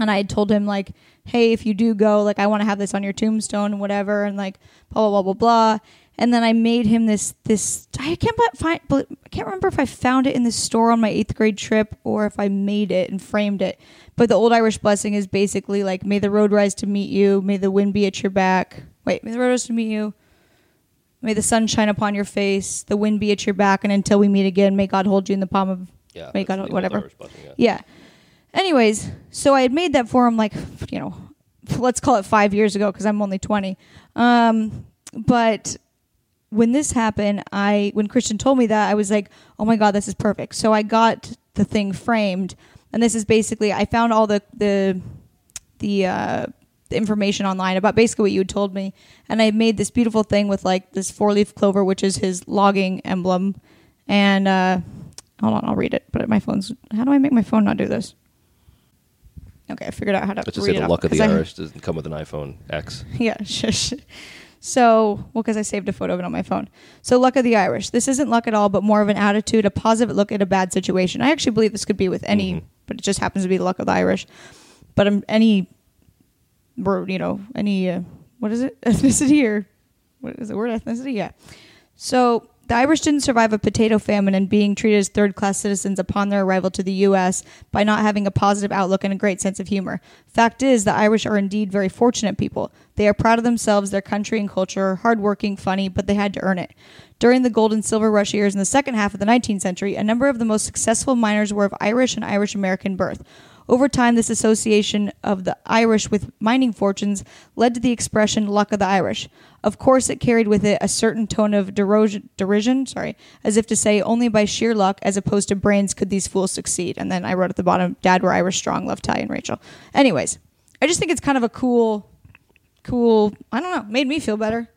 and I had told him like, "Hey, if you do go, like, I want to have this on your tombstone and whatever," and like, blah blah blah blah blah. And then I made him this this. I can't bu- find. bel- I can't remember if I found it in the store on my eighth grade trip or if I made it and framed it. But the old Irish blessing is basically like, "May the road rise to meet you. May the wind be at your back. Wait, may the road rise to meet you." May the sun shine upon your face, the wind be at your back, and until we meet again, may God hold you in the palm of
Yeah,
may
that's
God
the
hold-
old
whatever.
Irish blessing, yeah.
Yeah. Anyways, so I had made that for him, like, you know, let's call it five years ago because I'm only 20. Um, but when this happened, I when Christian told me that, I was like, "Oh my god, this is perfect." So I got the thing framed, and this is basically I found all the the the, uh, the information online about basically what you had told me, and I made this beautiful thing with like this four leaf clover, which is his logging emblem, and uh, hold on, I'll read it. But my phone's how do I make my phone not do this? Okay, I figured out how to
Let's just
read
say the
it
luck of the
'cause I-
Irish doesn't come with an iPhone X.
yeah, shush. So, well, because I saved a photo of it on my phone. So, luck of the Irish. This isn't luck at all, but more of an attitude, a positive look at a bad situation. I actually believe this could be with any, but it just happens to be the luck of the Irish. But um, any, bro, you know, any, uh, what is it? Ethnicity or what is the word? Ethnicity? Yeah. So, the Irish didn't survive a potato famine and being treated as third class citizens upon their arrival to the U.S. by not having a positive outlook and a great sense of humor. Fact is, the Irish are indeed very fortunate people. They are proud of themselves, their country and culture, hardworking, funny, but they had to earn it. During the gold and silver rush years in the second half of the 19th century, a number of the most successful miners were of Irish and Irish American birth. Over time, this association of the Irish with mining fortunes led to the expression "luck of the Irish." Of course, it carried with it a certain tone of derog- derision, sorry, as if to say, "Only by sheer luck, as opposed to brains, could these fools succeed." And then I wrote at the bottom, "Dad, were Irish strong, love Ty and Rachel." Anyways, I just think it's kind of a cool, cool. I don't know, made me feel better.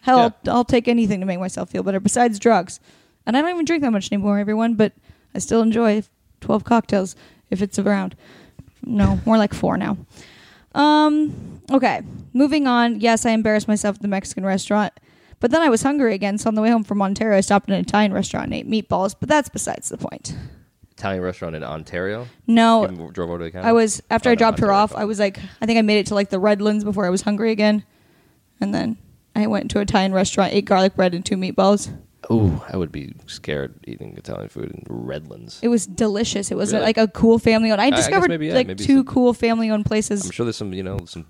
Hell, I'll take anything to make myself feel better besides drugs. And I don't even drink that much anymore, everyone, but I still enjoy 12 cocktails if it's around. No, more like four now. Um, okay, moving on. Yes, I embarrassed myself at the Mexican restaurant, but then I was hungry again, so on the way home from Ontario, I stopped at an Italian restaurant and ate meatballs, but that's besides the point.
Italian restaurant in Ontario.
No,
You drove over to the counter?
Oh, I was after
Oh,
I
no,
dropped her
Ontario.
off. I was like, I think I made it to like the Redlands before I was hungry again, and then I went to an Italian restaurant, ate garlic bread and two meatballs.
Ooh, I would be scared eating Italian food in Redlands.
It was delicious. It was
Really?
like a cool family owned. I
guess
discovered
maybe, yeah,
like
maybe
two
some-
cool family owned places.
I'm sure there's some, you know, some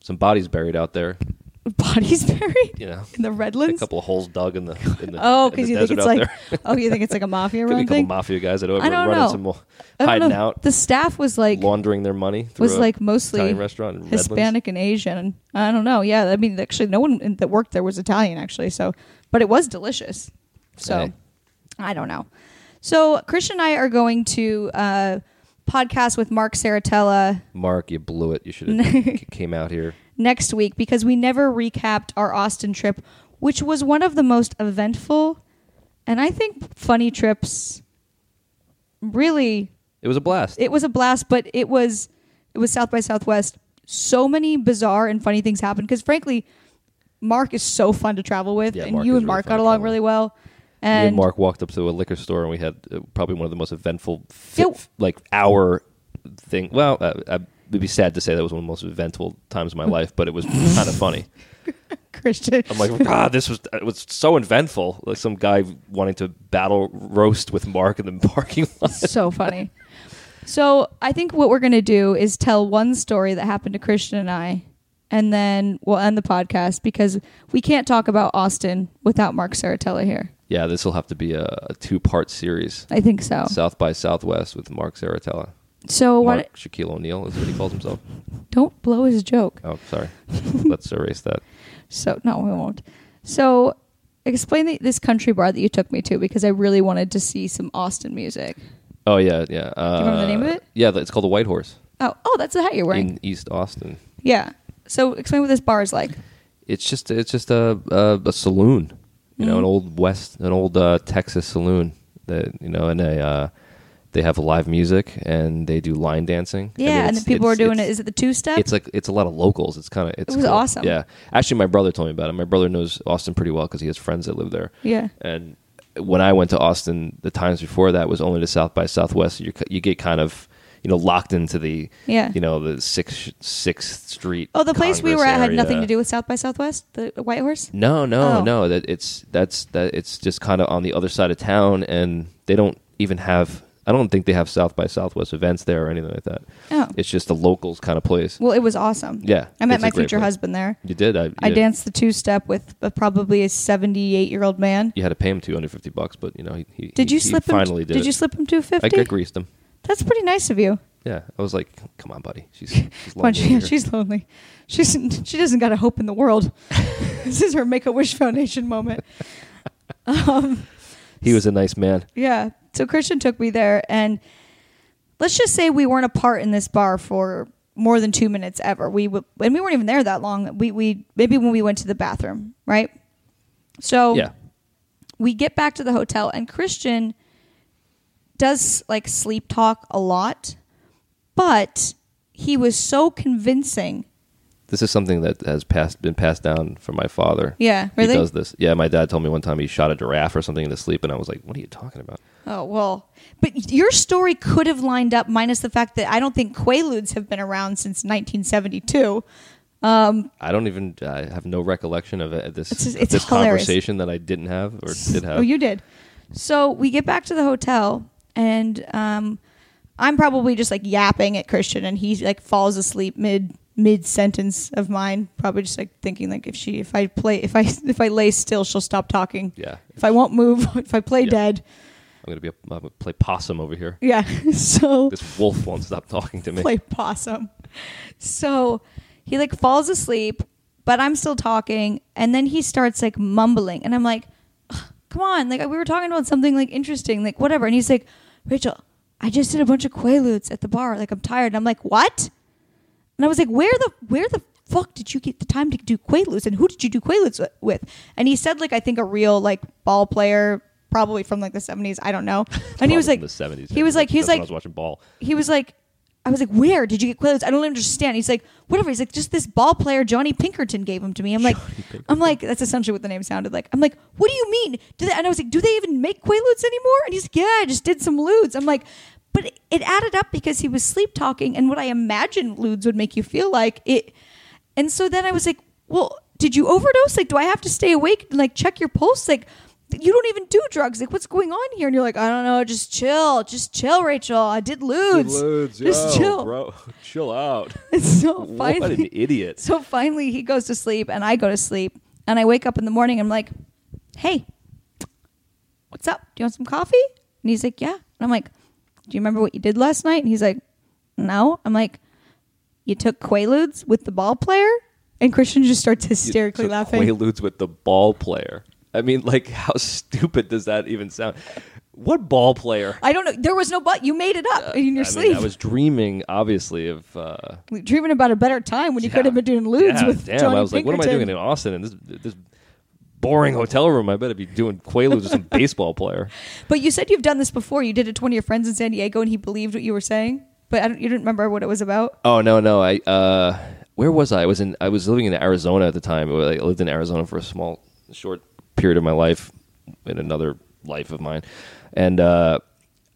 some bodies buried out there.
Bodies buried
You know,
in the
a
Redlands.
couple of holes dug in the in the
Oh,
in the
because you think
desert
it's
out
like
there.
oh, you think it's like a mafia
Could be a
run
couple
thing?
mafia guys that are
I don't
running
know.
some
I don't
hiding
know.
out,
The staff was like
laundering their money. Through
was
a
like mostly
Italian restaurant in Redlands.
Hispanic and Asian. I don't know. Yeah, I mean, actually, no one in- that worked there was Italian, actually. So, but it was delicious. So,
Hey.
I don't know. So, Christian and I are going to uh, podcast with Mark Saratella
Mark, you blew it. You should have came out here.
next week because we never recapped our Austin trip, which was one of the most eventful and I think funny trips. Really,
It was a blast.
it was a blast, but it was it was South by Southwest. So many bizarre and funny things happened because, frankly, Mark is so fun to travel with,
Yeah,
and
Mark
you
is
and
really
Mark
fun
got
to
along
travel
really well.
Me
And,
and Mark walked up to a liquor store and we had uh, probably one of the most eventful, fi-
It-
f- like hour thing. Well, uh, I, it'd be sad to say that was one of the most eventful times of my life, but it was kind of funny.
Christian.
I'm like, God, this was it was so inventful. Like some guy wanting to battle roast with Mark in the parking lot.
so funny. So I think what we're gonna do is tell one story that happened to Christian and I, and then we'll end the podcast because we can't talk about Austin without Mark Saratella here.
Yeah, this will have to be a, a two part series.
I think so. So,
South by Southwest with Mark Zaratella.
Oh. what?
Mark Shaquille O'Neal is what he calls himself.
Don't blow his joke.
Oh, sorry. Let's erase that.
So no, we won't. So explain the, this country bar that you took me to because I really wanted to see some Austin music.
Oh yeah, yeah. Uh,
remember the name of it?
Yeah, it's called the White Horse
Oh, oh, that's the hat you're wearing.
in East Austin.
yeah. So explain what this bar is like.
It's just it's just a a, a saloon,
Mm-hmm.
you know, an old West, an old uh, Texas saloon that you know, and they uh, they have live music and they do line dancing. I mean,
Yeah, and
it's-
the people are
it's-
doing it.
it's-
Is it the two step?
It's like it's a lot of locals. It's kind of it's
It was
cool.
awesome.
Yeah, actually, my brother told me about it. My brother knows Austin pretty well because he has friends that live there.
yeah.
And when I went to Austin, the times before that was only to South by Southwest. You you get kind of you know locked into the
Yeah.
you know the sixth sixth Street.
Oh, the place we
Congress
were at had nothing
area.
to do with South by Southwest, the White Horse.
No, no,
Oh.
no. That it's that's that it's just kind of on the other side of town, and they don't even have. I don't think they have South by Southwest events there or anything like that.
Oh.
It's just the locals kind of place.
Well, it was awesome.
Yeah,
I met
it's
my
a great
future
place.
husband there.
You did. I,
I
yeah.
danced the two step with uh, probably a 78 year old man.
You had to pay him two hundred fifty bucks, but you know he. he
Did
he-
you
he
slip him?
Finally, did.
you
it.
slip him 250?
I g- I greased him.
That's pretty nice of you.
Yeah, I was like, "Come on, buddy." She's, she's
Why don't
lonely
you-
here.
she's lonely. She's she doesn't got a hope in the world. this is her Make a Wish Foundation moment. Um,
He was a nice man.
yeah. So Christian took me there, and let's just say we weren't apart in this bar for more than two minutes ever. We w- and we weren't even there that long. We we maybe when we went to the bathroom, right? So
Yeah.
we get back to the hotel and Christian does like sleep talk a lot, but he was so convincing.
This is something that has passed been passed down from my father.
Yeah,
He
really.
does this. Yeah, my dad told me one time he shot a giraffe or something in his sleep, and I was like, "What are you talking about?"
Oh well, but your story could have lined up, minus the fact that I don't think Quaaludes have been around since 1972.
I don't even. I have no recollection of it, this
It's just-
of
it's
this
hilarious.
conversation that I didn't have or did have.
Oh, you did. So we get back to the hotel, and um, I'm probably just like yapping at Christian, and he like falls asleep mid mid sentence of mine. Probably just like thinking like if she if I play if I if I lay still, she'll stop talking.
yeah,
If I won't move, if I play
Yeah.
dead,
I'm gonna be. A, I'm gonna play possum over here.
yeah. So
This wolf won't stop talking to me.
play possum. So he like falls asleep, but I'm still talking, and then he starts like mumbling, and I'm like, "Ugh, "Come on!" Like we were talking about something like interesting, like whatever, and he's like, "Rachel, I just did a bunch of quaaludes at the bar. Like I'm tired." And I'm like, "What?" And I was like, "Where the where the fuck did you get the time to do quaaludes? And who did you do quaaludes wi- with?" And he said like I think a real like ball player. Probably from like the seventies, I don't know. And he was like,
Probably from the 70s.
he was like, he's
That's when
like,
I was watching ball.
he was like, I was like, where did you get Quaaludes? I don't understand. He's like, whatever. He's like, just this ball player Johnny Pinkerton gave him to me. I'm like, I'm like, that's essentially what the name sounded like. I'm like, what do you mean? Do they, and I was like, do they even make Quaaludes anymore? And he's like, yeah, I just did some ludes. I'm like, but it, it added up because he was sleep talking, and what I imagined ludes would make you feel like it. And so then I was like, well, did you overdose? Like, do I have to stay awake and like check your pulse? Like, you don't even do drugs. Like, what's going on here? And you're like, I don't know. Just chill. Just chill, Rachel. I did ludes. just chill.
bro. Chill out.
And so
What an
finally,
idiot.
so finally, he goes to sleep, and I go to sleep, and I wake up in the morning. I'm like, hey, what's up? Do you want some coffee? And he's like, yeah. And I'm like, do you remember what you did last night? And he's like, no. I'm like, you took Quaaludes with the ball player. And Christian just starts hysterically
So
laughing.
Quaaludes with the ball player. I mean, like, how stupid does that even sound? What ball player?
I don't know. There was no but. You made it up in your
I
sleep.
mean, I was dreaming, obviously, of. Uh,
dreaming about a better time when you
yeah.
could have been doing ludes
Yeah,
with
damn.
Johnny
I was like, what am I doing in
Pinkerton.
Austin in this this boring hotel room? I better be doing Quaaludes with some baseball player.
But you said you've done this before. You did it to one of your friends in San Diego, and he believed what you were saying. But I don't, you didn't remember what it was about.
Oh no, no. I uh, where was I? I was in. I was living in Arizona at the time. I lived in Arizona for a small, short period of my life, in another life of mine, and uh,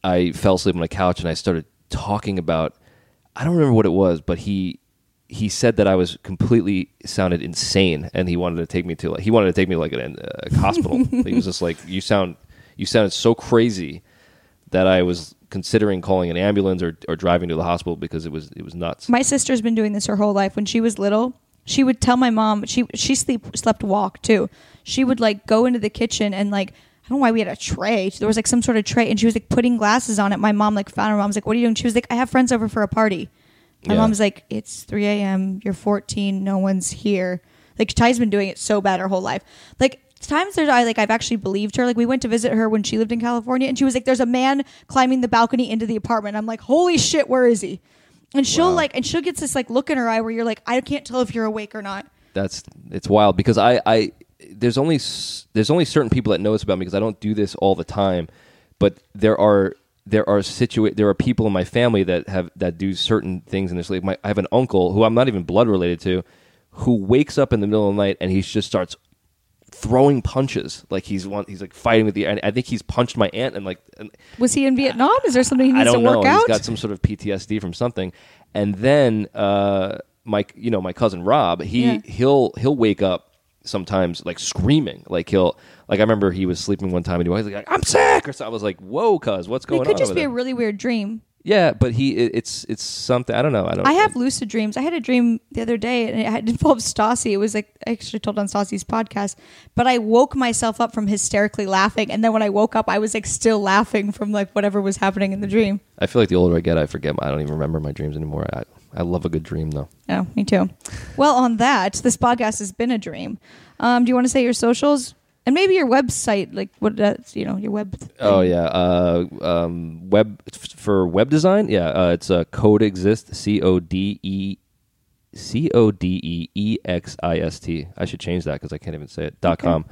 I fell asleep on a couch and I started talking about. I don't remember what it was, but he he said that I was completely sounded insane, and he wanted to take me to like he wanted to take me to like an uh, hospital. he was just like, "You sound, you sounded so crazy that I was considering calling an ambulance or, or driving to the hospital because it was it was nuts."
My sister's been doing this her whole life. When she was little, she would tell my mom she she sleep slept walk too. She would like go into the kitchen and like I don't know why we had a tray. There was like some sort of tray, and she was like putting glasses on it. My mom like found her. Mom's like, "What are you doing?" She was like, "I have friends over for a party." My
Yeah.
mom's like, "It's 3 a.m. You're 14. No one's here." Like Ty's been doing it so bad her whole life. Like times there's I like I've actually believed her. Like we went to visit her when she lived in California, and she was like, "There's a man climbing the balcony into the apartment." I'm like, "Holy shit, where is he?" And she'll
Wow.
like, and she'll gets this like look in her eye where you're like, "I can't tell if you're awake or not."
That's it's wild because I I there's only s- there's only certain people that know this about me because I don't do this all the time, but there are there are situa- there are people in my family that have that do certain things in their sleep. My, I have an uncle who I'm not even blood related to, who wakes up in the middle of the night and he just starts throwing punches like he's one he's like fighting with the and I think he's punched my aunt and like and,
Was he in Vietnam? Is there something he
I
needs to
don't know.
work out?
He's got some sort of PTSD from something. And then uh, my you know my cousin Rob, he
Yeah.
he'll he'll wake up sometimes like screaming, like he'll like I remember he was sleeping one time and he was like I'm sick or so. I was like whoa, cuz what's going
it could
on?
just
over
be a
there?
really weird dream.
yeah, but he it, it's it's something I don't know. I don't.
I have lucid dreams. I had a dream the other day, and it had involved Stassi. It was like I actually told on Stassi's podcast, but I woke myself up from hysterically laughing, and then when I woke up, I was like still laughing from like whatever was happening in the dream.
I feel like the older I get, I forget. My, I don't even remember my dreams anymore. I I love a good dream though.
Oh, me too. Well, on that, this podcast has been a dream. Um, do you want to say your socials and maybe your website? Like what that's you know your web. thing.
Oh yeah, uh, um, web f- for web design. Yeah, uh, it's uh, code exist. C O D E C O D E E X I S T. I should change that because I can't even say it. Dot com.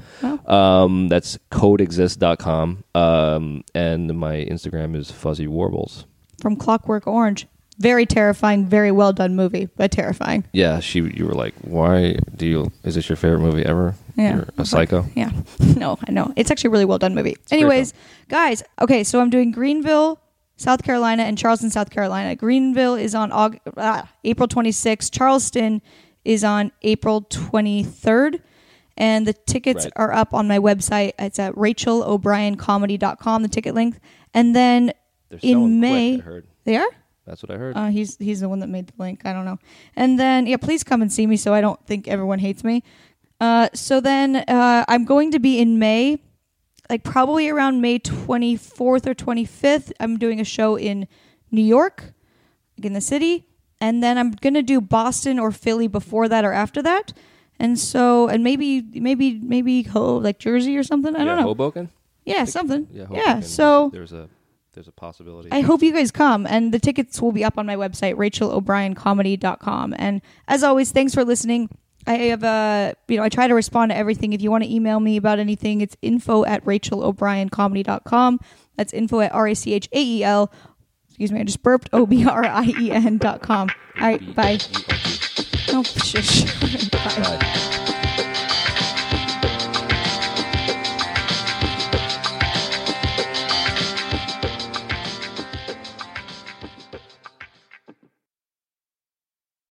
Um, that's codeexist.com. Um, and my Instagram is fuzzy warbles.
from Clockwork Orange. Very terrifying. Very well done movie, but terrifying.
Yeah, she. You were like, why do you? Is this your favorite movie ever?
Yeah.
You're a psycho.
Yeah. No, I know. It's actually a really well done movie. Anyways, guys, okay, so I'm doing Greenville, South Carolina, and Charleston, South Carolina. Greenville is on Aug uh, April 26th. Charleston is on April 23rd. And the tickets
Right.
are up on my website. It's at rachelobriencomedy.com, the ticket link. And then
They're selling
in
quick,
May,
I heard.
they are?
That's what I heard.
Uh, he's he's the one that made the link. I don't know. And then yeah, please come and see me so I don't think everyone hates me. Uh, so then uh, I'm going to be in May, like probably around May 24th or 25th. I'm doing a show in New York, like in the city, and then I'm gonna do Boston or Philly before that or after that. And so and maybe maybe maybe oh, like Jersey or something. I
yeah,
don't know.
Hoboken.
yeah, something.
Yeah.
Yeah.
Hoboken. There's-
so
there's a there's a possibility.
I hope you guys come, and the tickets will be up on my website, rachelobriencomedy.com. And as always, thanks for listening. I have uh, you know, I try to respond to everything. If you want to email me about anything, it's info at rachelobriencomedy.com. That's info at R A C H A E L. Excuse me, I just burped. O B R I E N dot com. All right, bye.
B-
Oh, shush. bye.
Bye.